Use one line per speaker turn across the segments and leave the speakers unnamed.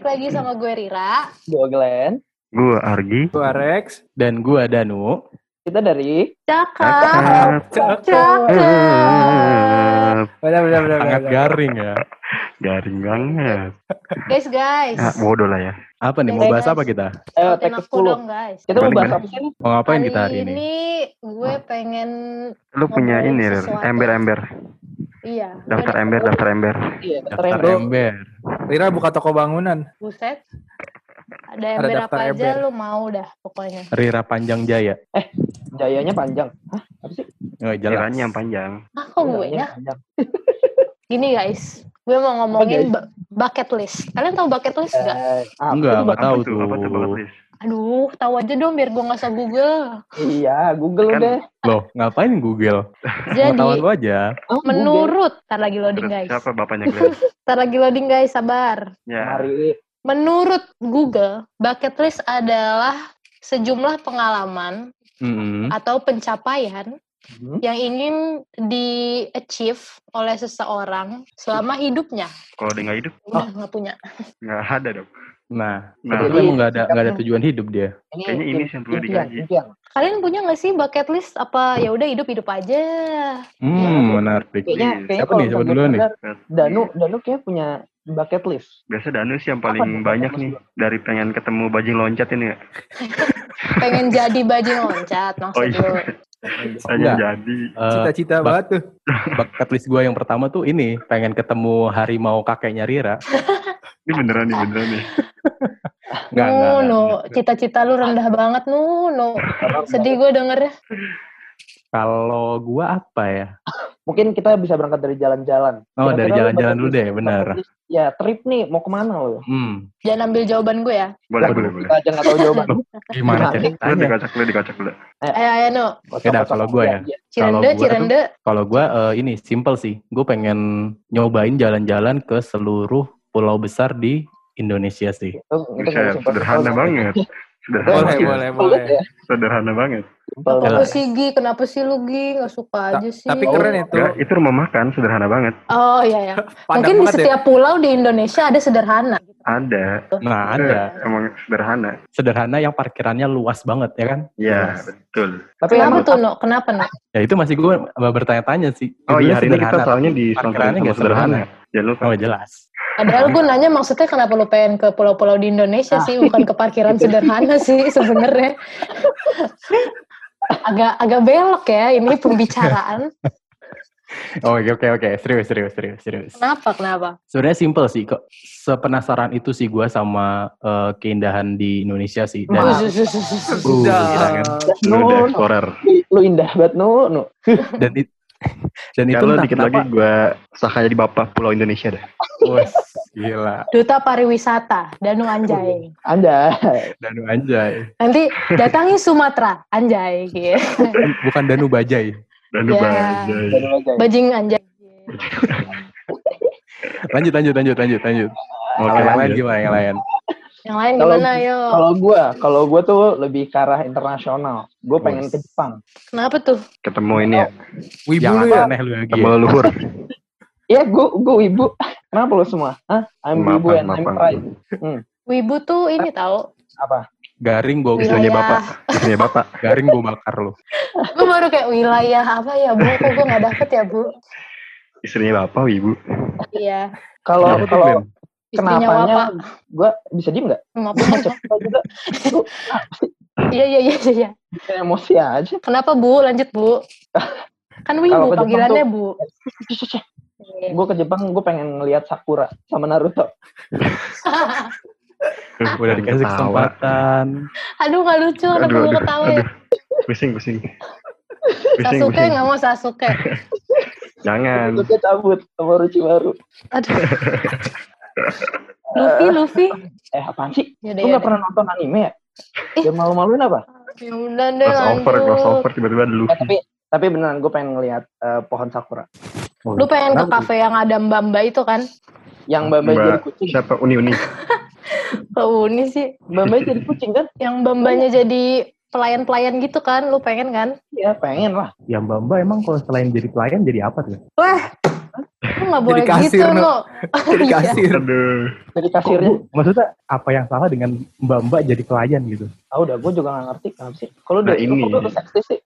lagi sama gue Rira.
Gue Glenn.
Gue Argi.
Gue Rex.
Dan gue Danu.
Kita dari
Cakep. Cakep.
Benar, benar, benar.
Sangat
benar.
garing ya.
Garing banget.
Guys, guys.
Ah, bodoh lah ya.
Apa nih, mau bahas apa kita?
Eh,
Ikutin
tag
aku
10.
dong, guys.
Kita mau
Balik
bahas
lagi.
apa sih nih?
Mau ngapain kita hari ini?
ini gue pengen
Lu punya
Ngomongin
ini, Rir.
sesuatu.
Ember-ember.
iya.
Daftar ember, daftar ember.
Iya,
Daftar
keren.
ember.
Rira buka toko bangunan.
Buset. Ada ember
daftar
apa aja
ember.
lu mau dah pokoknya.
Rira Panjang Jaya.
Jayanya panjang. Hah? Apa sih?
Oh, jalan.
Jalannya yang panjang.
Ah, kok gue
Jayanya
ya?
panjang.
Gini guys, gue mau
Apa,
ngomongin
guys?
ba- bucket list. Kalian tahu bucket list gak?
Eh, apa
Enggak,
tuh,
enggak
Bang?
tahu
Apa Apa tuh,
tuh.
Bang Lis?
Aduh, tahu aja dong biar gue nggak usah Google.
Iya, Google
Kan-
udah.
Loh, ngapain Google? Pengetahuan
Jadi,
lu aja.
Oh, Google.
menurut, tar lagi loading
Terus
guys.
Siapa bapaknya Glenn?
Tar lagi loading guys, sabar.
Iya.
ya.
Mari.
Menurut Google, bucket list adalah sejumlah pengalaman
Mm-mm.
atau pencapaian
Hmm.
yang ingin di achieve oleh seseorang selama hidupnya
Kalau dia nggak hidup,
udah nggak punya
nggak ada dong.
Nah,
Nah,
itu
Jadi-
emang nggak ada nggak ada tujuan hidup dia.
Ini
kayaknya ini sih yang perlu
impian,
dikaji.
impian.
kalian punya nggak sih bucket list apa ya udah hidup hidup aja
Iya,
Hmm, menarik.
Kayaknya,
Siapa
kayaknya
nih? Siapa
kalau
duluan nih?
bener-bener, Danu, Danu kayaknya punya bucket list.
Biasa Danu sih yang
Apa
paling
tuh?
banyak nih. Dari pengen ketemu bajing loncat ini ya.
pengen jadi bajing loncat maksud
Oh, iya.
lu
Tanya
Enggak.
jadi.
Eh,
Cita-cita
bak-
banget tuh.
bucket list gue yang pertama tuh ini, pengen ketemu harimau kakeknya Rira.
Ini beneran nih, beneran nih.
Enggak,
Nu, nu,
enggak. enggak.
cita-cita lu rendah banget nu nu sedih gue dengernya
Kalau gue apa ya?
Mungkin kita bisa berangkat dari jalan-jalan.
Oh,
Kira-kira
dari
lu
jalan-jalan
bucket
dulu
list-
deh, benar.
bucket list. Ya, trip nih, mau kemana lo?
Hmm,
jangan ambil jawaban gue ya
Boleh,
Waduh.
boleh, boleh.
Kita aja nggak tahu jawaban. Nah,
gimana
Gimana?
Lu
ceritanya?
dikocok, lu dikocok dulu.
ayo ayo nu
Kocok-kocok
Yaudah, kalau gua
aja.
ya.
Iya.
Kalau
cirende
gua tuh-
cirende
Kalau gue ini simple sih, gue pengen nyobain jalan-jalan ke seluruh pulau besar di Indonesia sih.
Itu, itu nggak
Buset,
bisa
sederhana
banget.
banget. Sederhana
Boleh,
banget.
boleh,
Pelit
boleh.
ya.
Sederhana banget.
Simpel
Kenapa
banget.
sih Gi? Kenapa sih lu Gi? Gak suka aja sih.
Tapi keren ya, itu.
Enggak, itu rumah makan, sederhana banget.
Oh iya ya.
Padang
Mungkin di
banget ya.
setiap pulau di Indonesia ada sederhana.
Ada. Eh,
Nah ada
Emang sederhana.
sederhana yang parkirannya luas banget ya kan?
Ya, betul.
Iya,
Tapi
Kenapa
emang
tuh, No? Kenapa, No?
Ya itu masih gue bertanya-tanya sih.
Oh
Judulnya
iya, hari ini kita
sederhana.
soalnya di
Parkirannya
sama
nggak sederhana.
sederhana. Ya lupa.
Oh jelas.
Iya.
Padahal gue nanya maksudnya kenapa lu pengen ke pulau-pulau di Indonesia sih, bukan ke parkiran sederhana sih sebenarnya. agak agak belok ya ini pembicaraan.
Oh, Oke oke oke, serius serius serius serius.
Kenapa? Kenapa?
Sebenarnya simple sih kok. Sepenasaran itu sih gue sama eh, keindahan di Indonesia sih.
Iya.
Dan
Wah.
Usus-usus.
Uh, gila kan?
Lu
No,
udah
no.
explorer.
lu indah banget no, no.
dan, it- dan itu
Kalau
entah
Ya dikit
kenapa-
lagi gue sahkan jadi bapak Pulau Indonesia dah.
Wes, gila.
Duta Pariwisata, Danu Anjay.
Anda
Danu Anjay.
Nanti datangi Sumatera, Anjay.
Iya.
gitu.
Bukan Danu Bajai.
Dan
Ya.
yeah.
Iya.
Bajing Anjay.
Lanjut, lanjut, lanjut, lanjut, lanjut.
Oke,
yang lain
lanjut.
gimana, yang lain.
Yang lain
Kalau-
gimana, yo?
kalau gua kalau gua tuh lebih ke arah internasional gua pengen
Wes.
ke Jepang
Kenapa tuh?
Ketemu ini
Iya.
ya,
Wibu
Jangan
lu ya.
aneh lu lagi.
ketemu leluhur.
ya gua gua ibu kenapa lu semua Hah? I'm
Maaf,
ibu and I'm
maaf.
pride
Wibu tuh ini tahu.
apa
Garing gue
Bisanya
Wilayah.
bapak, bisanya bapak.
garing gue bakar lu.
Gue baru kayak wilayah apa ya bu? Kok gue nggak dapet ya bu?
Istrinya bapak, ibu.
Iya.
kalau
Kenapa tuh,
kalau
Glenn?
Istrinya
kenapanya
Wapa.
gua bisa diem nggak
Kenapa?
Gua cerita juga
Iya iya iya iya, iya.
bikin emosi aja
Kenapa bu? Lanjut bu. Kan Wibu
Kalau ke Jepang
panggilannya bu. Iya.
gua ke Jepang gua pengen ngelihat Sakura sama Naruto
Udah dikasih
Ketawa.
kesempatan.
Aduh nggak lucu. Kenapa
Aduh,
gue
aduh,
ketawa ya?
aduh. Pusing, pusing. Pusing,
Sasuke
pusing.
nggak mau Sasuke.
Kan.
Jangan.
Sasuke cabut sama Orochimaru
Aduh. Luffy Luffy. ya
eh apaan sih
Yaudah,
lu nggak
yaudah.
pernah nonton anime ya
Ih.
ya malu-maluin apa
Ya udah deh
Crossover,
lanjut.
crossover tiba-tiba dulu.
Eh, tapi tapi beneran gue pengen ngelihat eh, pohon sakura
Oh.
Lu pengen ke kafe yang ada mbak mbak itu kan?
yang mbak mbak
Mbak-
jadi kucing
Siapa uni-uni?
Ke Uni sih.
mbak mbak jadi kucing kan
Yang mbak mbaknya
Oh.
jadi pelayan pelayan gitu kan? Lu pengen kan?
ya pengen lah
Ya Mbak Mbak emang kalau selain jadi pelayan jadi apa tuh?
Wah, lu nggak
Jadi
boleh
kasir,
gitu, iya.
Nu.
no.
Jadi
Iya.
kasir.
Aduh.
Jadi
Kok
kasirnya.
gua- maksudnya apa yang salah dengan mbak mbak jadi pelayan gitu?
Ah udah, gue juga gak ngerti kenapa sih. Kalau
Nah,
udah
ini.
kok udah seksi sih.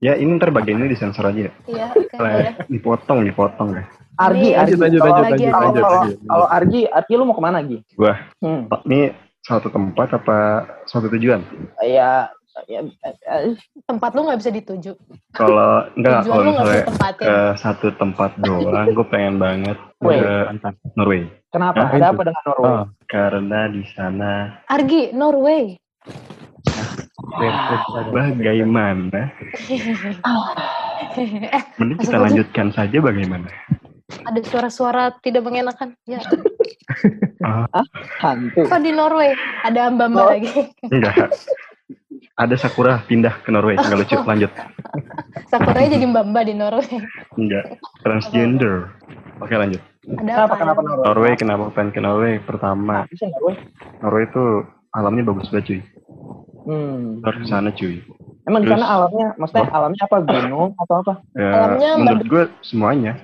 Ya ini ntar bagian ini disensor aja. ya.
Iya, oke.
Lah,
boleh.
Dipotong, dipotong ya.
Lanjut,
Argi, Argi.
lanjut,
Kalau-
lanjut,
kalau-
lanjut,
kalau-
lanjut.
Kalau Argi, Argi lu mau kemana Argi?
Gua.
Hmm.
Pak, Ini suatu tempat apa suatu tujuan?
Ya, ya, eh,
Tempat lu nggak bisa dituju.
Kalau enggak
Tujuan
kalau
lu nggak ya? bisa
misalnya
tempatin.
ke satu tempat doang, gue pengen banget
Weh.
ke Norway.
kenapa?
Nah,
Ada
itu.
apa dengan Norway?
Ah,
Karena di sana
Argi, Norway.
keren, keren, keren.
bagaimana?
eh,
Mending kita
Maksud lu-
lanjutkan saja bagaimana.
ada suara-suara tidak mengenakan. Ya,
Hantu.
kok di Norway ada mbak-mbak
Oh.
lagi.
Enggak. Ada Sakura pindah ke Norway, enggak lucu. Lanjut.
Sakuranya jadi mbak-mbak di Norway.
Enggak. Transgender. Oke lanjut.
Ada
Kenapa,
apa? ya?
kenapa Norway?
Norway kenapa pengen ke Norway? Pertama,
Kenapa sih Norway?
Norway itu alamnya bagus banget cuy.
Hmm.
Lu Harus ke sana cuy.
Emang di sana
Terus-
alamnya, maksudnya alamnya apa? Gunung atau apa?
Ya,
Alamnya
menurut gue semuanya.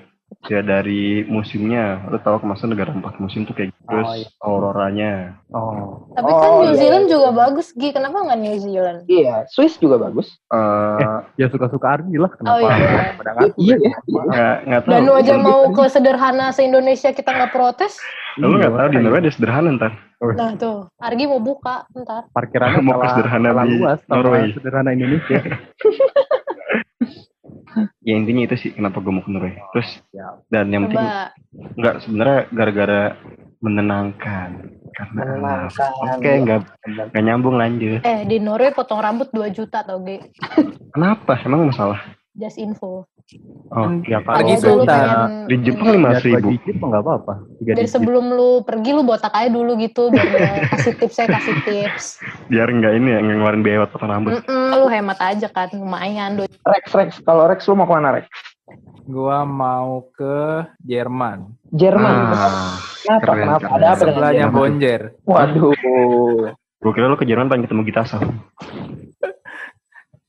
Ya dari musimnya, lu tahu kemasan negara empat musim tuh kayak gitu. Terus
Oh, iya.
auroranya.
Oh.
Tapi kan
Oh,
New
iya,
Zealand
iya.
juga bagus, Gi. Kenapa nggak New Zealand?
Iya, Swiss juga bagus.
Eh,
Ya suka-suka Ardi lah
Oh
kenapa?
iya.
Pada
Ah,
ngaku.
Iya, iya.
nggak nggak tahu.
Dan lu aja mau ke sederhana se-Indonesia kita nggak protes?
Lu nggak tahu di
makanya.
Norway ada sederhana ntar.
Nah tuh, Argi mau buka ntar.
Parkirannya
Mau ke
salah-
sederhana
salah
di
luas, sama
Norway.
sederhana Indonesia.
Ya intinya itu sih kenapa gue mau ke Norway. Terus
Ya.
dan yang penting
Coba.
nggak sebenarnya gara-gara menenangkan karena alam.
Menenangkan.
Oke
iya.
nggak nggak nyambung lanjut.
Eh, di Norway potong rambut 2 juta tau, Gi.
Kenapa? Emang masalah?
Just info.
Oh,
Hmm,
ya kalau
Pergi
Kalau
tuh,
lu
Sultan.
pengen
di Jepang lima
Biar dua
ribu.
digit mah nggak apa-apa. Tiga
dari
digit.
sebelum lu pergi lu botak aja dulu gitu biar gua kasih tips saya kasih tips
Biar nggak ini ya nggak ngeluarin biaya buat potong rambut.
Mm-mm, lu hemat aja kan lumayan duit
Rex, Rex. Kalau Rex lu mau kemana Rex?
Gua mau ke Jerman.
Jerman.
Ah,
kenapa?
keren,
kenapa? Ada
keren.
apa dengan
Sebelahnya
Jerman?
Bonjer.
Waduh.
Hmm.
gue kira lu ke Jerman pengen ketemu
Uh,
kita sal.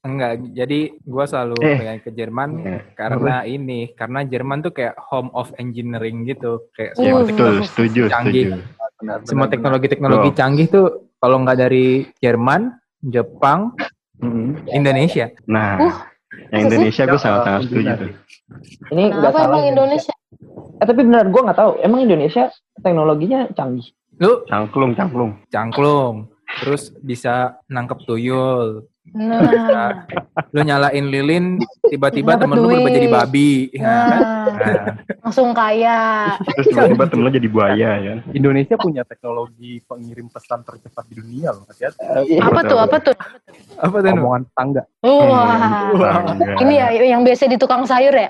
Enggak, jadi gua selalu
Eh.
pengen ke Jerman
Iya.
karena ini, karena Jerman tuh kayak home of engineering gitu, kayak
Iya.
Ya,
Uh.
betul, setuju,
Canggih.
setuju.
Benar, benar,
semua
benar.
teknologi-teknologi
Betul.
canggih tuh kalau nggak dari Jerman, Jepang,
Hmm.
Indonesia.
Nah,
Uh,
yang
masa sih?
Indonesia gue
Ya,
sangat-sangat
alhamdulillah.
setuju tuh.
Ini nggak
kenapa
salah.
emang Indonesia
Eh, tapi benar gue nggak tahu. Emang Indonesia teknologinya canggih.
Lu
Cangklung, cangklung.
cangklung, terus bisa nangkep tuyul,
nah,
Nah, lu nyalain lilin, tiba-tiba
Dapet
temen lu berubah
duit.
jadi babi.
Iya.
Nah,
nah langsung kaya
Nah, Terus tiba-tiba temen lu jadi buaya ya.
Indonesia punya teknologi pengirim pesan tercepat di dunia loh.
ya.
Hati-hati.
Eh,
apa tuh apa tuh
apa tuh? Ah, Nu?
Omongan tetangga.
wah
Hmm.
ini ya yang biasa di tukang sayur ya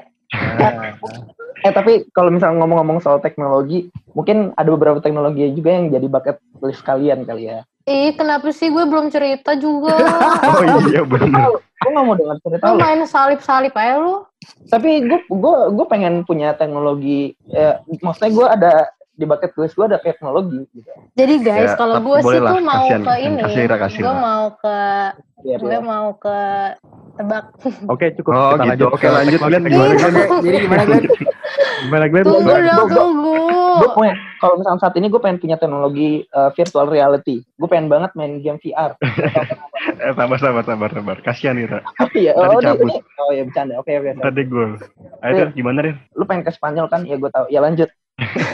Eh tapi kalau misalnya ngomong-ngomong soal teknologi, mungkin ada beberapa teknologi juga yang jadi bucket list kalian kali ya.
ih kenapa sih gue belum cerita juga
Oh iya bener.
Gue nggak mau dengar cerita
lu
lu.
main salip salip aja lu
Tapi gue gue gue pengen punya teknologi. eh, maksudnya gue ada di bucket list gue ada teknologi. Gitu.
jadi guys
Ya,
kalau
tapi
gue sih
boleh lah,
tuh mau
kasihan,
ke
kasihan,
ini
kasihan, kasihan.
gue mau ke
Biar-
gue mau ke tebak
Oke cukup.
Oh
kita
gitu,
lanjut
oke
ke
lanjut.
teknologi.
Glenn, gimana Glenn?
Jadi gimana Glenn?
Gimana Glenn?
tunggu
Gimana?
dong
gua-
tunggu
Gue pengen- kalau misalnya saat ini gue pengen punya teknologi eh, virtual reality. Gue pengen banget main game VR.
Eh, sabar, sabar, sabar, sabar. Kasihan Ira.
Iya,
Tadi
oh,
cabut.
ini- oh ya bercanda. Oke, oke. oke.
Tadi gue. Ayo, Rin, gimana Rin?
Lu pengen ke Spanyol kan? Ya gue tahu. Ya lanjut.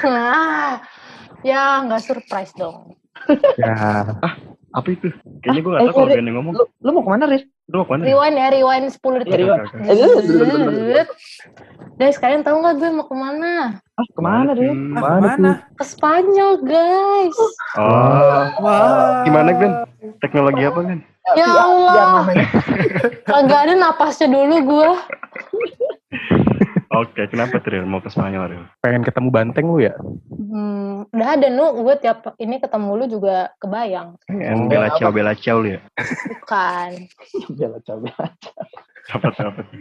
Ah, ya nggak surprise dong.
Ya.
Apa itu? Kayaknya gue
Ah,
gak tau
eh,
kalau
Rin.
Glenn yang ngomong.
Lu lu mau kemana, Riz?
Lu mau kemana? Rin?
Rewind ya, rewind 10
Oke,
detik.
rewind.
oke, oke.
Zzzzt. Guys, kalian tahu nggak gue mau kemana?
Ah, kemana, Riz?
Hmm.
Ah, Mana?
Ke Spanyol, guys.
Oh,
Wah.
gimana Glenn? Teknologi apa Glenn?
Ya
Biar- biar
Allah.
iya, namanya.
Kagak ada napasnya dulu gue.
Oke, kenapa tuh Rin? Mau ke Spanyol Rin?
Pengen ketemu banteng lu ya?
Hmm, udah ada nu, gue tiap ini ketemu lu juga kebayang.
Kan Bela Ciao, Bela Ciao lu ya?
Bukan.
Bela coba.
Apa tuh, apa tuh?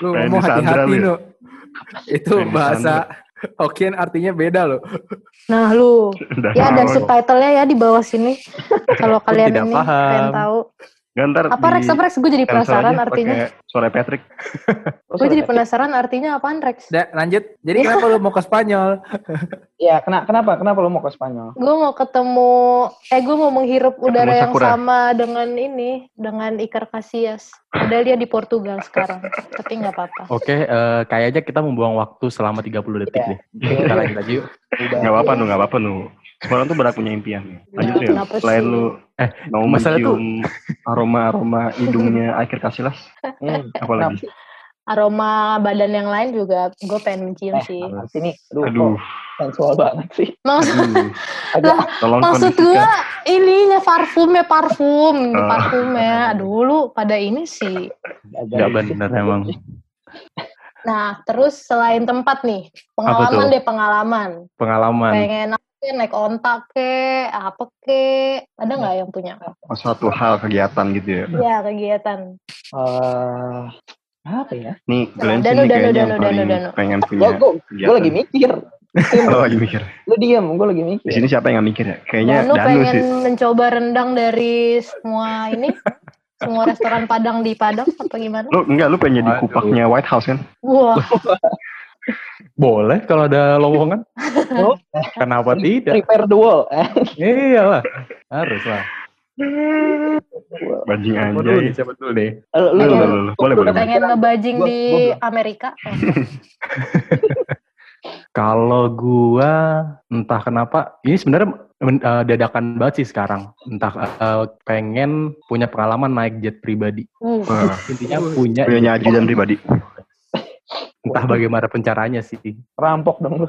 Lu
Randy
ngomong
Sandra lu
hati-hati
ya?
lu. Itu
Randy
bahasa Hokkien artinya beda loh.
Nah lu,
Udah
ya dan
mau.
subtitlenya ya di bawah sini. Kalau kalian
Tidak
ini
paham.
pengen tahu.
Gak ntar
Apa Rex? Apa Rex? Gue jadi penasaran artinya.
Oh,
Suara Patrick.
Gue jadi penasaran artinya apaan Rex?
Da, lanjut. Jadi kenapa lu mau ke Spanyol?
Iya, kena- kenapa? Kenapa lo mau ke Spanyol?
Gue mau ketemu, eh gue mau menghirup udara yang
Sakura.
sama dengan ini, dengan Iker Casillas. Padahal dia di Portugal sekarang, tapi nggak apa-apa.
Oke, eh, kayaknya kita membuang waktu selama 30 detik
Iya.
nih. Kita lanjut aja yuk.
Gak apa-apa nu, gak apa-apa nu. Semua orang tuh berhak punya impian. Lanjut
Ya,
ya.
kenapa
Selain
sih?
lu
Eh,
mau
masalah tuh-
mencium aroma-aroma hidungnya akhir kasilas,
Hmm.
apa lagi?
Aroma badan yang lain juga gue pengen mencium
Eh,
sih.
apaan sih nih? Aduh,
Aduh,
kok sensual banget sih.
Maksud,
aduh.
Agak
Tolong
maksud
kondisikan.
gue ininya parfumnya parfum,
Ah.
parfumnya. Aduh lu pada ini sih.
agak
Gak bener emang.
Nah terus selain tempat nih,
tuh?
pengalaman deh pengalaman.
Pengalaman.
Pengen apa kek, naik ontak ke, apa ke, ada nggak yang punya?
Oh, suatu hal kegiatan gitu ya.
Ya kegiatan.
Eh, apa ya?
Nih, Glenn
Nah, Danu,
sini
Danu,
kayaknya yang
Danu,
paling
Danu, Danu.
pengen
Gue
punya kegiatan.
lagi mikir.
Lo lagi mikir.
Lu diam, gue lagi
Di
mikir.
sini siapa yang gak mikir ya? Kayaknya
Danu,
Danu,
pengen
sih.
mencoba rendang dari semua ini, semua restoran Padang di Padang apa gimana?
Lu enggak, lu pengen jadi
Aduh.
kupaknya White House kan?
Wah,
Boleh kalau ada lowongan.
Iya.
Oh.
Kenapa tidak?
Prepare the wall. Eh,
Iyalah, harus lah.
Bajing
Siapa dulu
anjay.
nih, siapa dulu deh.
lu,
Lu,
lu-
lu, lu, lu. Boleh, boleh. boleh.
pengen ngebajing
Gua-
di
gua-
Amerika.
Kalau gua entah kenapa ini sebenarnya men- eh, dadakan banget sih sekarang. Entah eh, pengen punya pengalaman naik jet pribadi.
Uh,
Wah,
Intinya punya
Punya aja dan pribadi.
entah bagaimana pencaranya sih.
rampok dong lu.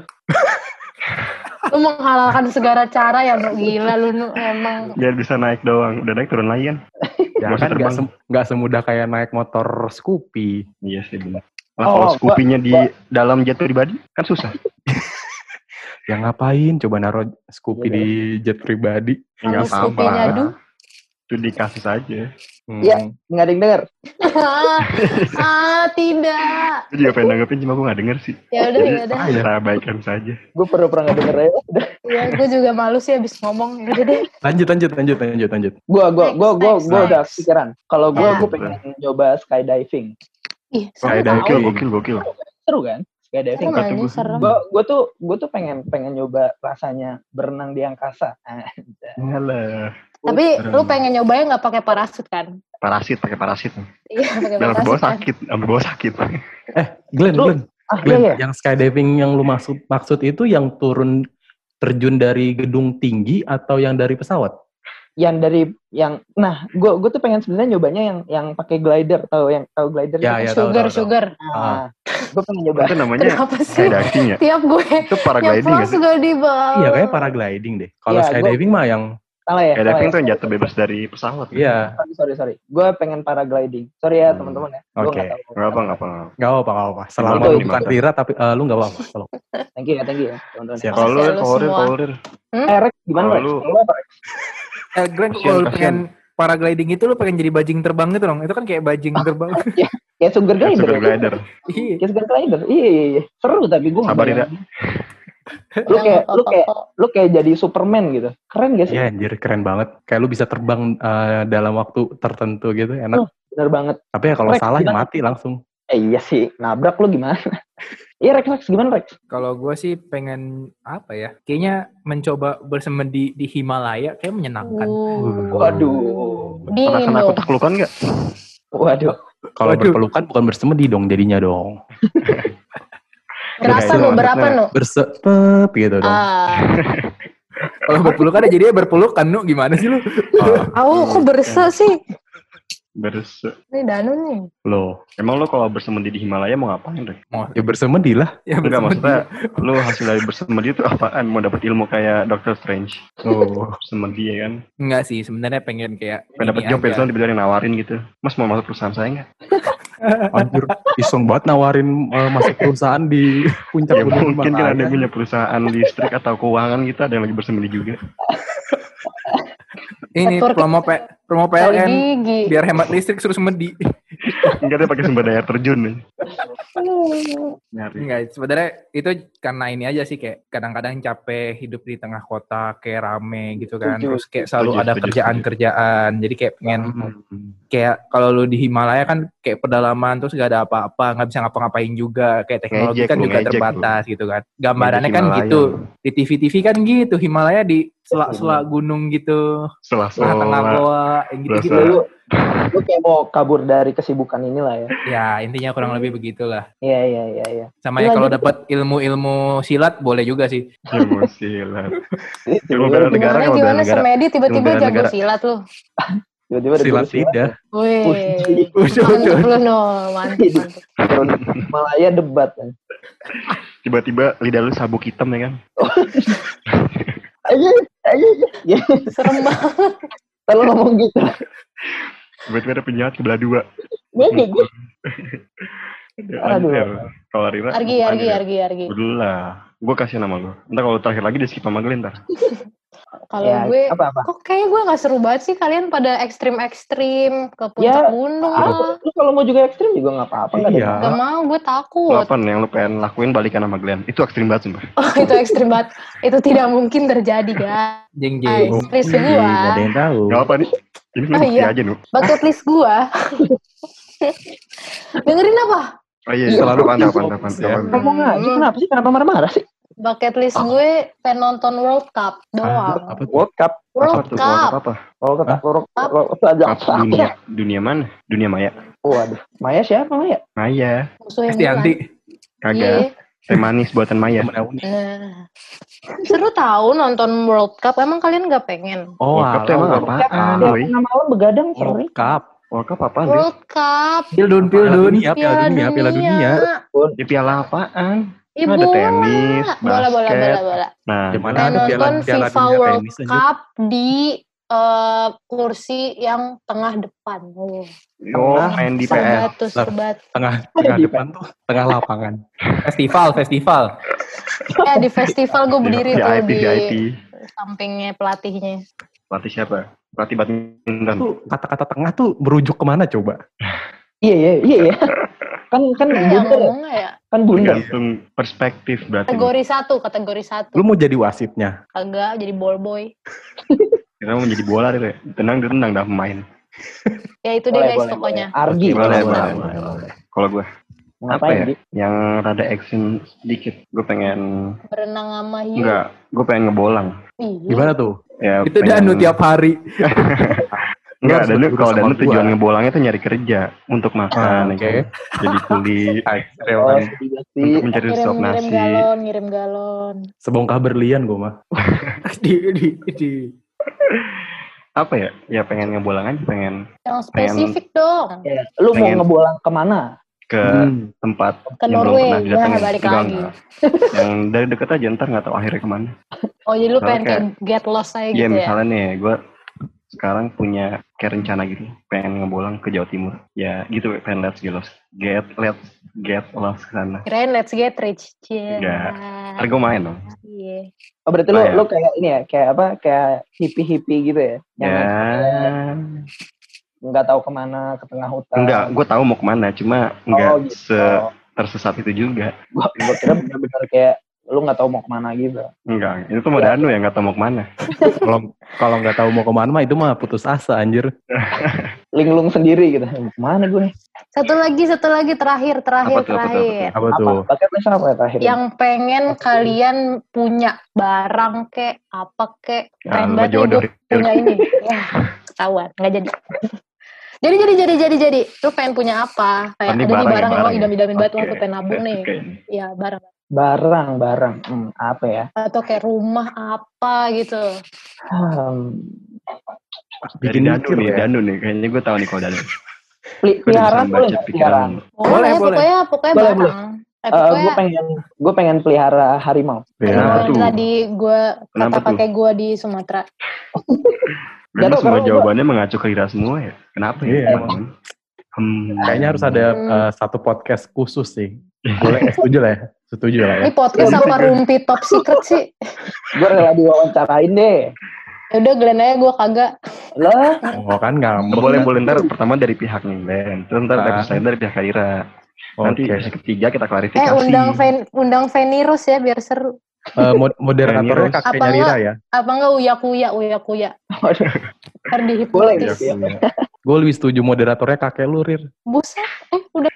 lu menghalalkan segala cara ya, lu gila lu Nu. emang.
Biar bisa naik doang. Udah naik turun lagi kan?
Jangan
Maksudnya
kan nggak
terbang.
sem- nggak semudah kayak naik motor Scoopy.
Iya sih benar. Lah
Oh,
kalau
gua-
Scoopy-nya di dalam jet pribadi kan susah.
Ya ngapain coba naruh Scoopy
Iya.
di jet pribadi?
Kalau
Enggak sama.
Scoopy-nya
lah.
du.
Itu dikasih saja.
Hmm.
Iya. Nggak ada yang denger.
ah tidak.
Itu juga pengen nanggepin cuma gue gak denger sih.
Ya udah ya udah.
Ah, ya.
Kita baikkan saja.
Gue pernah-pernah nggak denger ya.
Ya gue juga malu sih abis ngomong. Ya udah deh.
Lanjut lanjut lanjut lanjut lanjut.
Gue gue gue gue
Next,
gue
next,
udah
next.
pikiran. Kalau gue
Ya.
gue pengen coba skydiving.
Ih,
Kayak
seru
dari
tau.
Gokil,
Oke.
gokil, gokil.
Seru kan? Skydiving.
Serem
Kata
aja,
gua.
serem.
Gue gue tuh gue tuh pengen pengen nyoba rasanya berenang di angkasa. Ah,
Iya Alah.
Tapi lu pengen nyobain nggak pakai parasut kan?
Parasit, pakai parasit.
Iya, pakai
Dalam
parasut
bawah
kan.
sakit. Dalam bawah sakit.
Glenn,
Lu-
Glenn,
ah
Glenn,
iya ya.
yang skydiving yang lu maksud maksud itu yang turun terjun dari gedung tinggi atau yang dari pesawat?
Yang dari yang nah gue gue tuh pengen sebenarnya nyobanya yang yang pakai glider tau yang tau glider
Ya,
itu?
ya. tahu,
Sugar,
tahu, tahu.
sugar.
Nah, gue pengen nyoba.
Itu namanya
Kenapa sih?
skydiving ya?
Tiap gue
Itu paragliding
nyemplung
gak sih?
sudah di bawah.
Iya, kayak paragliding deh. Kalau
Iya,
skydiving mah yang
Salah ya. salah
Skydiving
ya.
tuh yang jatuh bebas dari pesawat.
iya,
Sorry, sorry, sorry. Gue pengen paragliding. Sorry ya,
Hmm.
teman-teman ya. Gua
oke.
nggak tahu.
Gak apa, gak apa.
Gak apa-apa, gak apa-apa. Selama
Dimakan,
lu bukan
dimakan.
Rira tapi eh, lu gak apa-apa. Kalau
Thank you ya, thank you ya, teman-teman.
Siap.
Kalau lu,
Makasih ya lu
kalau lu,
semua.
kalau lu.
Eh, Rex, gimana Rex?
Lalu-
Lu apa, Rex?
Eh, Glenn,
Kasian,
kalau lu
kasian.
pengen paragliding itu lu pengen jadi bajing terbang gitu dong. Itu kan kayak bajing terbang.
Kayak sugar glider.
Sugar
ya?
glider.
Iya.
Kayak sugar glider. Iya, iya, iya. Seru tapi gue
Sabar, Ida.
Lu kayak, lu kayak, lu kayak jadi Superman gitu. Keren gak sih?
Iya anjir keren banget. Kayak lu bisa terbang eh, dalam waktu tertentu gitu, enak.
Bener banget.
Tapi ya kalau
Rex,
salah ya
gimana?
mati langsung.
Eh, iya sih. Nabrak lu gimana? Iya, Rex, Rex. Gimana, Rex?
Kalau gue sih pengen apa ya? Kayaknya mencoba bersemedi di Himalaya kayak
Oh.
menyenangkan.
Waduh.
Pernah
Dingin
kena
dong.
kotak lukan gak?
Waduh.
Kalau
Waduh.
berpelukan bukan bersemedi dong jadinya dong.
Berapa
Iya,
nu?
iya.
Berapa nu?
Bersepet gitu dong.
Ah,
Kalau berpelukan ya jadinya berpelukan nu gimana sih lu?
aku kok berse sih.
Berse.
Ini Danu nih.
Loh,
Emang lu kalau bersemedi di Himalaya mau ngapain, Rek?
Mau
ya bersemedi lah.
ya
Enggak
bersemedi.
maksudnya lu hasil dari bersemedi itu apaan? Mau dapet ilmu kayak Doctor Strange.
Oh.
Bersemedi ya kan.
Enggak sih, sebenarnya pengen kayak
Pengen dapet
ini
job ya,
aja.
itu tiba-tiba ada yang nawarin gitu. Mas mau masuk perusahaan saya enggak?
Anjir, iseng banget nawarin eh, masuk perusahaan di puncak
Ya
gunung
mungkin kan ada
Himalaya.
yang punya perusahaan listrik atau keuangan gitu ada yang lagi bersemedi juga.
Ini
Sektor
promo P, promo
Dari
PLN
gigi.
biar hemat listrik suruh semedi.
Enggak ada pakai sumber daya terjun nih. nyari
Enggak, sebenarnya itu karena ini aja sih kayak kadang-kadang capek hidup di tengah kota kayak rame gitu kan.
Setuju.
Terus kayak selalu
Setuju,
ada
setuju,
kerjaan-kerjaan. Jadi kayak pengen
Hmm.
kayak kalau lu di Himalaya kan kayak pedalaman terus gak ada apa-apa, nggak bisa ngapa-ngapain juga. Kayak teknologi
Ngejek
kan
lu,
juga
ngejek lu.
terbatas gitu kan. Gambarannya kan
Himalaya.
gitu. Di TV-TV kan gitu Himalaya di
Oh.
sela-sela gunung gitu,
setelah
tengah-tengah
sekolah
goa, yang gitu-gitu.
Berasa.
Lu, lu kayak mau kabur dari kesibukan inilah ya.
Ya, intinya kurang lebih begitulah.
Iya, iya, iya, iya.
Sama ya
Lanjut.
kalau dapat ilmu-ilmu silat boleh juga sih.
Iya, emosi lah Ilmu
Tiba-tiba-
bela negara
Gimana
kalau bela
gimana
negara
semedi tiba-tiba
bela
jago
negara.
silat lu.
Tiba-tiba ada
Silat
guru
lidah.
Wih.
Uji.
Mantep lu no, mantep mantep.
turun Malaya debat kan.
tiba-tiba lidah lu sabuk hitam ya kan
Ayo, ayo, ayo.
Serem banget.
Kalau Iya. ngomong gitu.
tiba-tiba ada penjahat kebelah dua
Gue kayak gitu.
Ya,
Aduh.
lanjut, El. kalau Rina
Argi,
lanjut,
Argi,
El.
Argi, Argi.
Udah lah gue kasih nama lu ntar kalau terakhir lagi di skip sama gue ntar
Kalau
Ya,
gue
apa-apa.
kok kayaknya gue nggak seru banget sih kalian pada ekstrim-ekstrim ke puncak
Ya,
gunung lah.
Ah, lu kalau mau juga ekstrim juga nggak apa-apa. nggak ada
Iya.
Gak mau, gue takut.
delapan yang lu pengen lakuin balikan sama Glenn itu ekstrim banget sumpah
Oh, itu ekstrim banget. Itu tidak mungkin terjadi, guys.
Jeng
List
Iya, nggak ada
gue,
yang tahu.
gak apa nih ini lu
Ah,
bukti
iya.
aja nu
bucket list gue. Dengerin apa?
oh iya
Iya.
selalu apaan apaan apaan apaan
Ngomong ngaji
Hmm.
kenapa sih? Kenapa marah-marah sih?
Bucket list gue pengen nonton World Cup
Ah,
doang.
apa tuh?
World Cup.
apa
World
tuh World Cup
Cup.
apa
World Cup.
Hah?
World
Cup.
World Cup. Iya.
Cup dunia dunia mana dunia maya
Waduh. Maya siapa Maya?
Maya
Musuh yang Iya.
Pasti anti.
kagak teh manis buatan Maya
Temen Auni.
Nah. Seru tahu nonton World Cup. Emang kalian nggak pengen?
Oh,
World Cup tuh
alah,
emang
World Cup.
apaan
Siapa
woi
Tengah malam begadang sering.
World Cup.
World Cup apaan sih
World Cup.
Pildun,
Piala
pildun.
dunia, Ya, piala dunia, piala dunia.
ya piala apaan
Ibu
Ada tenis,
bola, bola,
basket.
bola, bola.
nah
Di mana
Pengen
ada piala
nonton
piala
FIFA
dunia
World
tenis aja.
Cup di eh, kursi yang tengah depan. Oh,
oh
Ah,
main di PS
sebatus,
Lah.
sebatus.
Tengah tengah depan tuh, tengah lapangan.
Festival, festival.
Ya di festival gue berdiri
Di-
tuh
VIP
di
VIP
sampingnya pelatihnya.
pelatih siapa pelatih badminton
Tuh kata-kata tengah tuh merujuk kemana coba?
Iya, iya, iya, iya. Kan kan
Iya
Gitu
yang
bundar, ya?
ngomong ya.
kan bundar.
tergantung perspektif berarti
Kategori satu, kategori satu.
Lu mau jadi wasitnya?
Kagak jadi ball boy.
kita mau jadi bola deh Re. tenang dia tenang dah main
Ya itu deh
Boleh,
guys
boleh,
pokoknya.
boleh. Argi.
Boleh,
kalau
boleh,
mau.
boleh, boleh. kalau gue apa
Ngapain
ya
Di?
yang rada action sedikit gue pengen
Berenang sama hiu.
enggak gue pengen ngebolang
Ih,
Gimana tuh?
ya
Itu
pengen-
danu tiap hari.
enggak
Harus
dan
berguru
kalau
sama
dan
gua. Ah,
tujuan ngebolangnya tuh nyari kerja untuk makan ya
oke.
kan. jadi kuli
Oh,
relawan
sedih
untuk
sih.
mencari
Ngirim,
sop
ngirim
nasi
galon, ngirim galon.
Sebongkah berlian gue mah.
di, di, di.
apa ya ya pengen ngebolang aja pengen
Yang spesifik dong.
Ya, Lu mau
Pengen.
ngebolang kemana?
ke
Hmm.
tempat
Ke
yang belum
Norway.
pernah
Ya
didatengin.
balik
Enggak,
lagi.
enggak. yang dari deket aja ntar nggak tahu akhirnya kemana
Oh jadi lu
Kalau
pengen kayak get lost aja
Iya
gitu ya.
misalnya nih gue sekarang punya kayak rencana gitu pengen ngebolang ke Jawa Timur ya gitu pengen let's get lost get let's get lost ke sana
Kirain let's get rich. Cie.
Enggak. ntar gue main dong
Iya.
Oh, berarti lu
Apa ya?
lu kayak ini ya, kayak apa? Kayak hippie-hippie gitu ya.
Iya,
Yang
ya
nggak tahu kemana ke tengah hutan.
enggak gue tahu mau kemana cuma enggak
Oh, gitu.
se tersesat itu juga
Gua, gua kira Oh, bener-bener kayak lu nggak tahu mau kemana gitu.
enggak itu mau
Iya.
danu yang nggak tahu mau kemana
Eh, Kalau kalau nggak tahu mau kemana mah itu mah putus asa anjir.
Linglung sendiri gitu. Mau Kemana gue nih?
Satu lagi, satu lagi terakhir, terakhir,
Apa tuh, apa tuh, apa tuh?
terakhir.
Apa
Apa?
tuh?
Paket list apa ya terakhir?
Yang pengen
Oke.
kalian punya barang kek, apa kek,
ya,
pengen
lu
banget nih
jodoh
gua punya ini. ya, ketahuan, nggak jadi. Jadi, jadi, jadi, jadi, jadi, lu pengen punya apa? Kayak ada
Ini
nih
barang ya,
barang yang lo
barang ya.
idam-idamin banget, wah
Oke.
gue pengen nabung nih. Ya, barang.
barang, barang. Hmm, apa ya?
Atau kayak rumah apa gitu.
Hmm,
bikin
Bikin
danu
mikir
nih
ya.
danu nih kayaknya gue tahu nih kalau danu
peli-
gue bisa
pelihara boleh
baca
nggak pelihara?
pikiran
Boleh,
ya,
boleh.
Pokoknya, pokoknya
Boleh,
barang. Eh,
Eh,
pokoknya
gue pengen gue pengen pelihara harimau.
Aduh,
Kenapa
yang
tuh?
tadi gue kata
Kenapa tuh?
pakai gue di Sumatera.
Memang
Jatuh,
semua
karena gua-
jawabannya mengacu ke Ira semua ya kenapa ya
Iya.
teman-teman? Hmm.
Kayaknya harus ada
Hmm.
eh, satu podcast khusus sih. Boleh setuju lah ya. Setuju lah ya.
Ini podcast
Iya,
apa rumpi top secret sih?
Gue rela diwawancarain deh.
Ya udah Glenn aja gue kagak.
Lah,
Oh kan nggak
boleh boleh ntar pertama dari pihaknya Ben terus ntar
Ah.
dari saya dari pihak Kaira Nanti
Oke.
ketiga kita klarifikasi.
Eh undang Ven, undang Venirus ya biar seru.
Eh, mod- moderatornya
Venirus.
kakeknya
Apa
Rira ya.
Apa enggak uya kuya uya kuya.
Waduh.
Ntar
Boleh
Ya,
dihipnotis.
ya.
punya.
Gue lebih setuju moderatornya kakek lu, Rir.
Buset, eh udah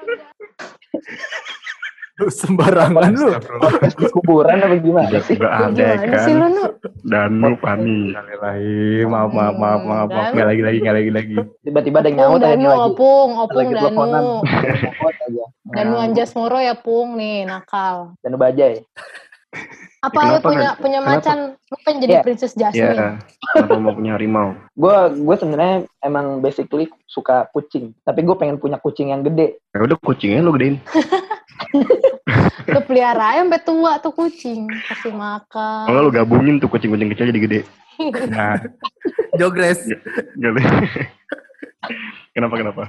Lu sembarangan lu.
Podcast di kuburan apa gimana
Udah,
sih?
udah ada ya
gimana
kan.
sih lu nu?
Danu panik.
Astagfirullahaladzim, maaf, maaf, maaf, maaf, maaf.
Dan-
Nggak lagi, lagi, nggak lagi, lagi.
Tiba-tiba ada yang
Pung
nyaut aja
Danu,
lagi.
opung, opung
Lagi
Danu.
teleponan. Nyaut aja.
Danu
Nah,
Anjas Moro ya pung nih nakal.
Danu Bajai.
Apa
Ya,
lu
kenapa
punya punya
Kenapa?
macan? Lu pengen jadi
Ya.
Princess Jasmine?
Ya, kenapa mau punya harimau?
Gue gue sebenarnya emang basically suka kucing, tapi gue pengen punya kucing yang gede.
Ya udah kucingnya lu gedein.
Lu pelihara aja sampai tua tuh kucing, kasih
Ah.
makan.
Kalau lu gabungin tuh kucing-kucing kecil jadi gede.
Nah,
Jogres.
Iya. Gak deh. kenapa kenapa?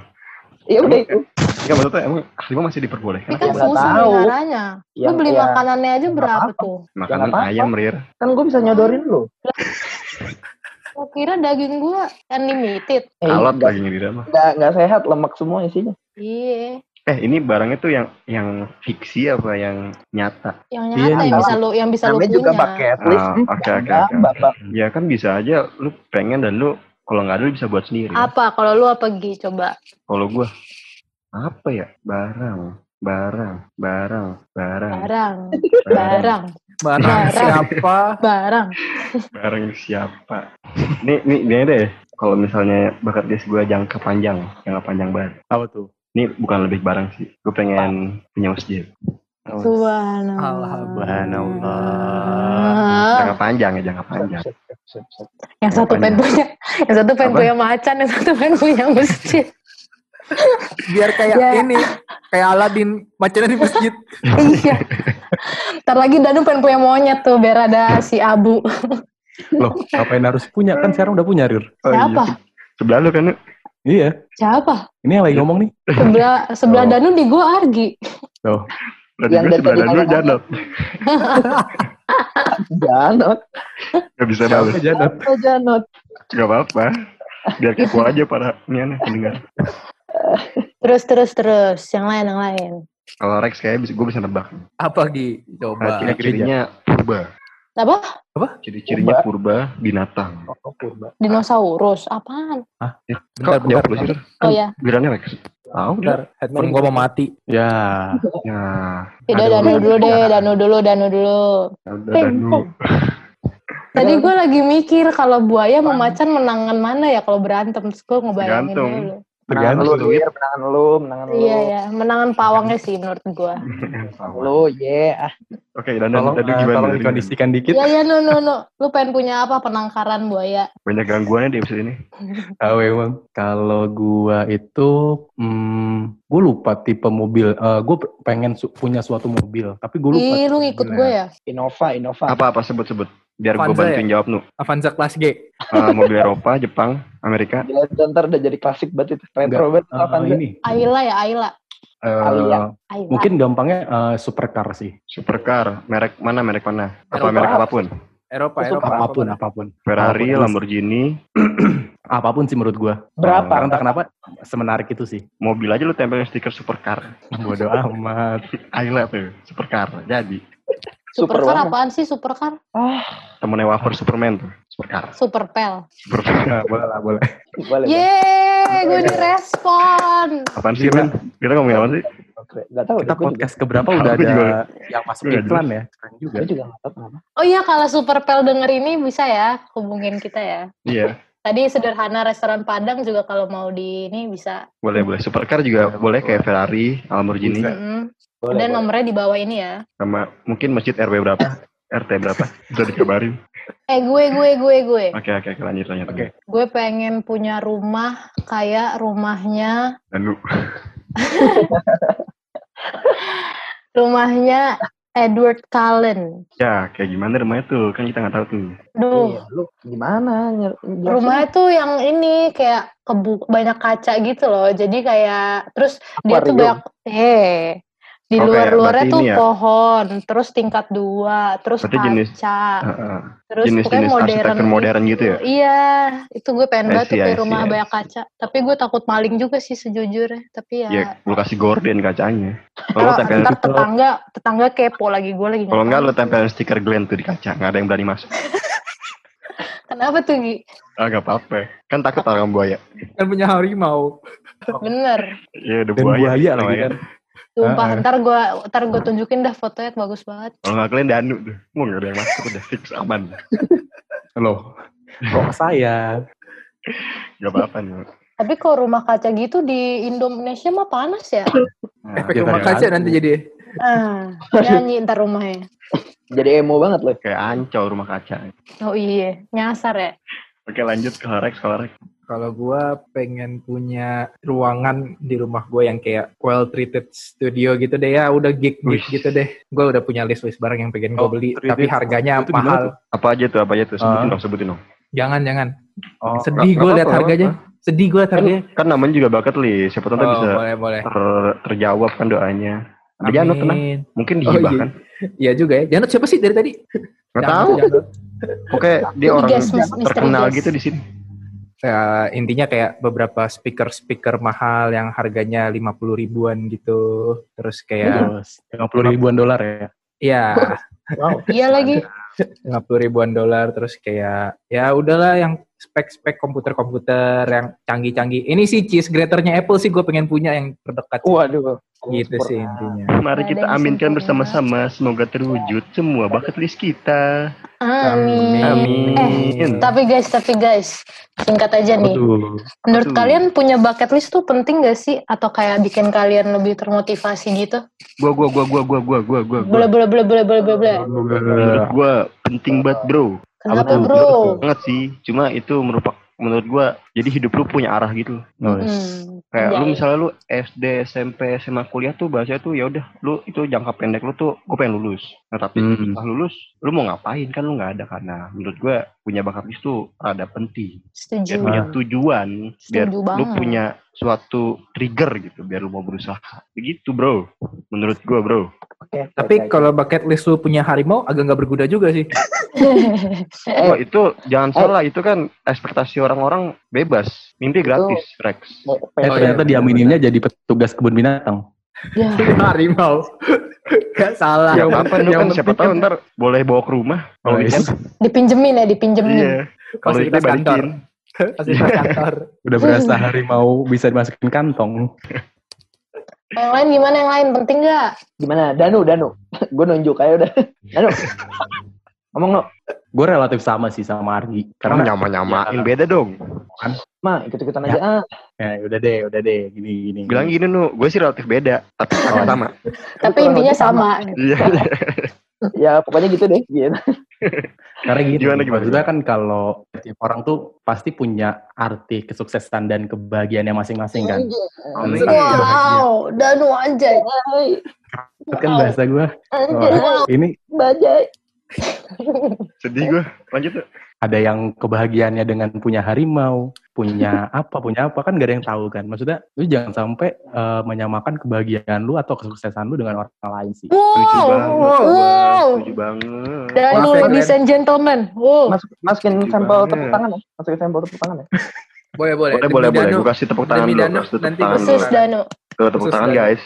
Iya udah itu.
Enggak maksudnya emang harimau masih diperbolehkan.
Tapi kan
Aku nggak
susah
tahu.
peliharanya. Lu
Yang-
beli
ya,
makanannya aja berapa tuh?
Makanan
apa-apa.
ayam rir.
Kan gue bisa nyodorin lu.
Gua kira daging gua unlimited.
Eh,
Alat
nggak-
lagi di mah.
nggak nggak sehat, lemak semua isinya.
Iya,
Eh ini barangnya tuh yang yang fiksi apa yang nyata?
yang
Iya,
nyata yang
iya.
bisa lu yang bisa lu
Namanya
punya.
juga bucket list.
Ah,
Hmm,
oke, oke,
ada
oke.
babak.
Ya kan bisa aja lu pengen dan lu kalau nggak ada lu bisa buat sendiri. kan,
Apa kalau lu apa Gi coba?
Kalau gua apa ya? Barang, barang, barang, barang,
Barang, barang,
Barang
Barang.
siapa?
barang.
barang siapa? Nih, nih, ini deh. Kalau misalnya bakat guys gua jangka panjang, jangka panjang banget.
apa tuh?
Ini bukan lebih barang sih. Gue pengen punya masjid.
Subhanallah. Ah.
Jangka panjang ya, jangka panjang.
Set, set, set, set.
Yang satu pengen punya, yang satu pengen
Apa?
punya macan, yang satu pengen punya masjid.
Biar kayak
Ya.
ini, kayak Aladin macannya di masjid.
iya. Ntar lagi Danu pengen punya monyet tuh biar ada si Abu.
Loh, ngapain harus punya? Kan sekarang udah punya, Rir.
Oh, iya.
Siapa?
Sebelah lu kan? Nuk?
Iya,
Siapa?
ini yang lagi ngomong nih.
Sebelah sebelah
Oh.
Danu di gua Argi.
Loh,
Berarti
Yang
gue
dari
sebelah
tadi
dan lu
malam.
janot.
Janot,
Gak bisa
siapa
Iya,
balas.
Janot?
Oh,
apa janot.
Gak apa-apa. Biar kepo aja para ini aneh pendengar.
Terus terus terus, yang lain yang lain.
Kalau Rex kayak bisa, gue bisa nebak.
Apa Gi?
Nah,
Coba.
ciri-cirinya purba.
Apa?
Ciri-cirinya purba binatang.
Oh, purba.
Dinosaurus? Apaan?
Bentar,
Kok jawab lu
bentar.
sih? Rir?
Oh ya,
Bilangnya Rex. Ah udah.
Bentar, headphone gua mau mati.
Ya,
Nah,
udah
Aduh. Iya.
Danu dulu deh, Danu dulu, Danu dulu.
Ya, udah dan lu. Iya.
Tadi gue lagi mikir kalau buaya sama macan menangan mana ya kalau berantem, terus gue ngebayangin
Tergantung.
dulu.
Menangan
tergantung.
lu, Lir, menangan lu, menangan lu.
Iya ya, menangan pawangnya sih menurut gue.
Lu, ye. ah.
Oke, dan dan
Tolong,
dan lu
eh,
gimana?
tolong
Dan lu
dikondisikan
Gitu.
dikit.
Iya ya, no no no, lu pengen punya apa penangkaran buaya?
gimana? Banyak gangguannya di episode ini.
Tahu emang. Kalau gua itu, hmm, gua lupa tipe mobil. Eh, gua pengen su- punya suatu mobil, tapi gua lupa.
Ih,
tipe
lu ngikut
mobilnya.
gue ya?
Innova, Innova.
Apa apa sebut-sebut. Biar gue
Avanza
bantuin jawab nu.
Avanza kelas G.
Eh, mobil Eropa, Jepang, Amerika.
Gila, ntar udah jadi klasik banget itu. Retro banget.
Ah,
Eh,
apa
ini.
Ayla ya Ayla.
eh,
Iya.
Alia.
Ayla.
mungkin gampangnya eh, supercar sih.
Supercar, merek mana merek mana? Apa
Eropa.
merek apapun?
Eropa,
Super
Eropa.
Apapun, apapun.
Ferrari, Lamborghini,
Apapun sih menurut gua.
Berapa?
Karena entah kenapa semenarik itu sih.
mobil aja lu tempelin stiker supercar.
Bodoh amat.
Ayla tuh, supercar. Jadi,
supercar
Superwoman.
apaan sih supercar?
temennya wafer Superman tuh, supercar.
Superpel.
Supercar.
Nah, boleh lah, boleh.
Boleh.
Iya.
Ye.
Yeay, gue direspon.
Apaan sih, Ren? Kita ngomongin apa sih?
Gak tau.
Kita podcast keberapa udah
Aku
ada
juga.
yang masuk
Aku juga
iklan ya? Keren juga.
Gue juga gak tau kenapa.
Oh iya, kalau Superpel denger ini bisa ya hubungin kita ya.
Iya,
Tadi sederhana restoran Padang juga kalau mau di ini bisa.
boleh boleh. Supercar juga Iya, boleh kayak Ferrari, Lamborghini,
Mm-mm.
Boleh,
Dan
boleh.
nomornya di bawah ini ya.
sama mungkin masjid RW berapa? RT berapa? Udah Iya. dikabarin.
Eh gue gue gue gue.
Oke oke oke, lanjut lanjut.
Oke.
Gue pengen punya rumah kayak rumahnya
Dan lu
rumahnya Edward Cullen.
ya kayak gimana rumahnya tuh? Kan kita nggak tahu tuh.
Duh,
Iya, lu gimana? Nyer- jelasin.
rumahnya tuh yang ini kayak kebu banyak kaca gitu loh. Jadi kayak terus dia tuh
Aquarium.
banyak eh Di
Oke,
luar-luarnya
berarti
tuh
ini ya.
pohon, terus tingkat dua, terus
Berarti jenis-
kaca,
Heeh.
terus pokoknya
jenis-jenis
modern.
arsitektur modern gitu ya?
Iya, itu gue pengen
I
banget tuh
see,
kayak
I see,
rumah
I
banyak kaca. Tapi gue takut maling juga sih sejujurnya. Tapi ya,
Ya, lu kasih gorden kacanya. Kalau lu
kalau
tempelin,
ntar tetangga, tetangga kepo lagi gue lagi.
kalau enggak
ngapain.
lu tempelin stiker Glenn tuh di kaca, nggak ada yang berani masuk.
Kenapa tuh Gi?
Ah, nggak apa-apa. Kan takut orang buaya.
Kan punya harimau.
Bener.
Iya, udah
Dan
buaya.
buaya lagi
namanya.
kan.
Sumpah,
Eh,
Ah, ah.
ntar gue ntar gue tunjukin dah fotonya bagus banget.
Kalau nggak kalian danu tuh. Mau nggak ada yang masuk udah fix aman.
Loh, kok ke saya?
Gak apa-apa nih.
Tapi kalau rumah kaca gitu di Indonesia mah panas ya.
Nah,
Efek
ya,
rumah
ternyata.
kaca nanti jadi.
Ah, nyanyi ntar ya? rumahnya.
Jadi emo banget ya? loh.
kayak ancol rumah kaca.
Oh iya, nyasar ya.
Oke lanjut ke Horex, ke Horex.
Kalau gua pengen punya ruangan di rumah gua yang kayak well treated studio gitu deh ya, udah gig gig
Wih.
gitu deh. Gua udah punya list list barang yang pengen gua
Oh,
beli,
treated
tapi harganya
itu gimana
mahal.
Apa aja tuh, apa aja tuh? Sebutin
Ah.
dong, sebutin dong.
Jangan jangan.
Oh,
Sedih
nggak-
gua
nggak
lihat
apa-apa,
harganya. Sedih gua liat
Kan,
harganya.
kan namanya juga bucket list. Siapa tahu ntar
Oh,
bisa
boleh boleh.
ter- terjawab kan doanya. Ada Janut tenang.
Amin.
Mungkin
Oh,
dihibah
iya.
kan?
Iya juga ya. Janut siapa sih dari tadi?
Gak
Janut,
tahu.
Janut.
Oke, dia orang
Digas, Mas. Misteri
terkenal
gas.
gitu di sini.
Eh, intinya kayak beberapa speaker-speaker mahal yang harganya 50 ribuan gitu. Terus
Ya.
kayak,
Lima puluh ribuan dolar ya.
ya
Iya lagi.
50 ribuan dolar terus kayak ya udahlah yang spek-spek komputer-komputer yang canggih-canggih. Ini sih cheese graternya Apple sih gue pengen punya yang terdekat
Waduh.
gitu sih intinya.
Mari
Ada
kita
yang
aminkan
sempurna.
bersama-sama. Semoga terwujud semua bucket list kita.
Amin.
Amin.
Tapi guys, tapi guys, singkat aja nih.
Betul.
Menurut
Betul.
kalian punya bucket list tuh penting gak sih? Atau kayak bikin kalian lebih termotivasi gitu?
Gua, gua, gua, gua, gua, gua, gua, gua. gua.
Bla bla bla bla bla bla bla.
Menurut gua penting banget bro.
Kenapa
Betul,
bro?
Banget sih. Cuma itu merupakan menurut gua jadi hidup lu punya arah gitu.
Hmm.
Kayak lu
Anjay.
misalnya lu SD, SMP, SMA, kuliah tuh bahasanya tuh ya udah lu itu jangka pendek lu tuh gue pengen lulus. Nah tapi
Hmm.
setelah lulus lu mau ngapain kan lu nggak ada karena menurut gua punya bakat list tuh rada penting.
Setuju.
Biar punya tujuan,
Iya.
biar
Setuju
lu
banget.
punya suatu trigger gitu biar lu mau berusaha. Begitu bro, menurut gua bro.
Oke.
Tapi
oke, oke.
kalau bucket list lu punya harimau agak nggak berguna juga sih.
Eh.
Wah, itu jangan salah itu kan ekspektasi orang-orang bebas, mimpi gratis Rex.
Mau
Eh,
Oh, pengen-
ternyata diamininnya jadi petugas kebun binatang.
Ya.
harimau. Gak salah.
Ya apa
Nah,
lu
Yang
kan siapa
penting
tahu ntar boleh bawa ke rumah. kalau
Guys,
weekend.
Dipinjemin ya, dipinjemin.
Iya. Kalau itu
Fasilitas kantor.
balikin.
Fasilitas kantor.
udah berasa harimau bisa dimasukin kantong.
Yang lain gimana yang lain? Penting gak?
Gimana? Danu, Danu. gue nunjuk aja udah. Danu. Ngomong no.
Gue relatif sama sih sama Argi.
Karena ya.
Karena
nyama-nyamain beda dong.
Ma, ikut-ikutan aja. Ah,
ya, udah deh, udah deh, gini gini.
Bilang gini nu, gue sih relatif beda, tapi agak sama.
Tapi
kurang
intinya
lebih sama.
sama.
Oh,
ya
Iya.
pokoknya gitu deh. Gitu.
Karena gitu,
Gimana, gimana?
maksudnya kan kalau tiap orang tuh pasti punya arti kesuksesan dan kebahagiaannya masing-masing kan.
Iya,
Amin.
Wow, Danu anjay. iya.
Itu Kan bahasa gue.
Anjay,
ini
bajai.
Sedih gue. Lanjut tuh.
ada yang kebahagiaannya dengan punya harimau, punya apa, punya apa kan gak ada yang tahu kan. Maksudnya lu jangan sampai eh, menyamakan kebahagiaan lu atau kesuksesan lu dengan orang lain sih.
Setuju
Wow,
banget.
wow.
Bang. Setuju banget.
Danu,
Wah, keren.
ladies and gentlemen.
Oh.
Wow.
Masuk, masukin
Lucu
sampel
banget.
tepuk tangan ya. Masukin sampel tepuk tangan ya.
Boleh boleh.
Boleh,
Demi
boleh, boleh.
Danu.
Gue kasih tepuk tangan
Demi
dulu.
Danu,
kasih tepuk
nanti
tangan
khusus.
Persis
dulu.
Danu.
Tuh, tepuk
Khusus
tangan
Danu.
guys.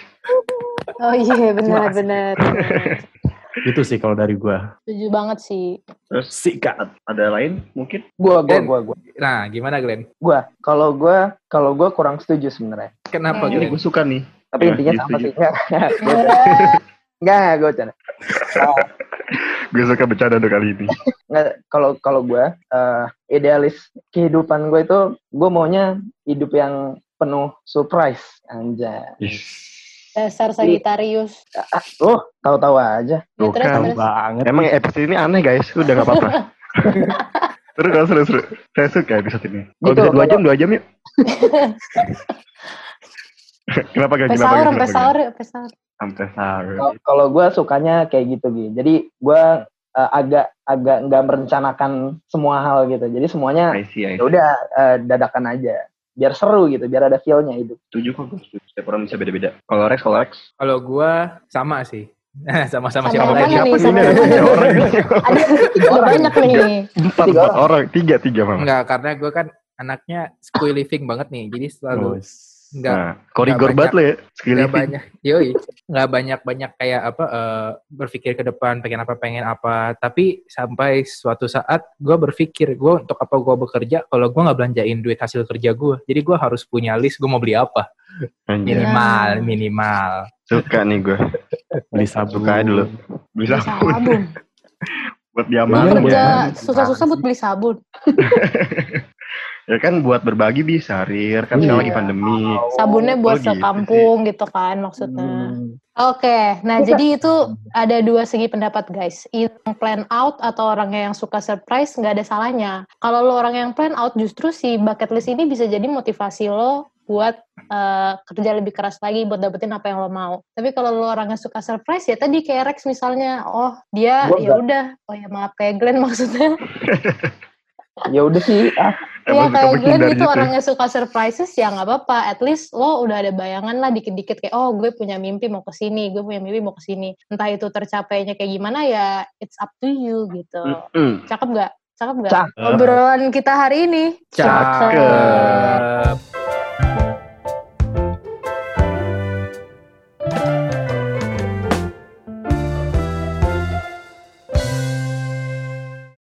Oh iya,
Terima
benar,
kasih.
benar.
Itu sih kalau dari gua.
Setuju banget sih.
Terus sikat. Ada lain mungkin?
Gua, gua,
Dan-
gua, gua.
Nah, gimana Glenn?
Gua. Kalau gua, kalau gua kurang setuju sebenarnya.
Kenapa
Iya.
Ini
Glenn?
gue suka nih.
Tapi
Nah,
intinya
iya,
sama
setuju.
sih. Enggak, enggak, gua- enggak, enggak, gua bercanda.
Gue suka bercanda tuh kali ini.
Enggak, kalau kalau gua eh, idealis kehidupan gue itu gue maunya hidup yang penuh surprise anjay.
Ih,
Dasar Sagittarius.
Oh, tahu-tahu aja.
Ya,
Tuh
terus,
kan.
Tahu
terus.
banget.
Emang episode ini aneh guys. Udah gak apa-apa. Seru kan seru seru. Saya suka episode ini. Kalau
Gitu,
bisa dua
kalau-
jam, dua jam yuk. Kenapa gak?
Sampai sahur,
Kenapa gak?
sampai
Kenapa gak?
sahur, yuk, sampai sahur.
Sampai sahur.
Kalau- Kalau gue sukanya kayak gitu gitu. Jadi gue eh, agak agak nggak merencanakan semua hal gitu. Jadi semuanya
I see, I see.
ya udah eh, dadakan aja. biar seru gitu biar ada feelnya hidup
Setuju kok gue. setuju. Setiap orang bisa beda-beda. Kalau Rex, kalau Rex.
Kalau gua sama sih. Sama-sama
Sama
siapa
apa
lagi?
nih?
Siapa
sama
ini?
siapa?
Tiga orang.
Ada udah banyak nih.
Empat,
Tiga
empat orang. Tiga, tiga memang.
Enggak, karena gua kan anaknya school living banget nih. Jadi
Oh,
selalu enggak
Nah, koridor
Nggak
banget lo ya. Skill
nggak banyak yoi nggak banyak banyak kayak apa eh, berpikir ke depan pengen apa pengen apa tapi sampai suatu saat gue berpikir gue untuk apa gue bekerja kalau gue nggak belanjain duit hasil kerja gue jadi gue harus punya list gue mau beli apa
Iya.
Anjir.
minimal minimal
Suka nih gue.
beli sabun
Suka aja dulu. Bisa
Sabun.
buat
Lu
Mana
diamalin
Iya.
kerja
ya.
susah-susah buat beli sabun.
Ya kan buat berbagi bisa, Rir. Kan sekarang lagi
Iya.
pandemi.
Sabunnya buat
Oh, gitu
sekampung gitu kan maksudnya.
Hmm.
Oke, nah jadi itu ada dua segi pendapat guys. Yang plan out atau orangnya yang suka surprise nggak ada salahnya. Kalau lo orang yang plan out justru si bucket list ini bisa jadi motivasi lo buat eh, kerja lebih keras lagi buat dapetin apa yang lo mau. Tapi kalau lo orangnya suka surprise ya tadi kayak Rex misalnya, oh dia
Gua
ya udah, oh ya maaf kayak Glenn maksudnya.
ya udah sih ah
Iya
Emang suka
kayak Glenn
menghindar
itu
gitu ya.
orangnya suka surprises ya nggak apa-apa. At least lo udah ada bayangan lah dikit-dikit kayak oh gue punya mimpi mau ke sini, gue punya mimpi mau ke sini. Entah itu tercapainya kayak gimana ya it's up to you gitu.
Mm-mm.
Cakep nggak? Cakep nggak?
Cakep.
Oh. Obrolan kita hari ini
Eh,
Cakep.
cakep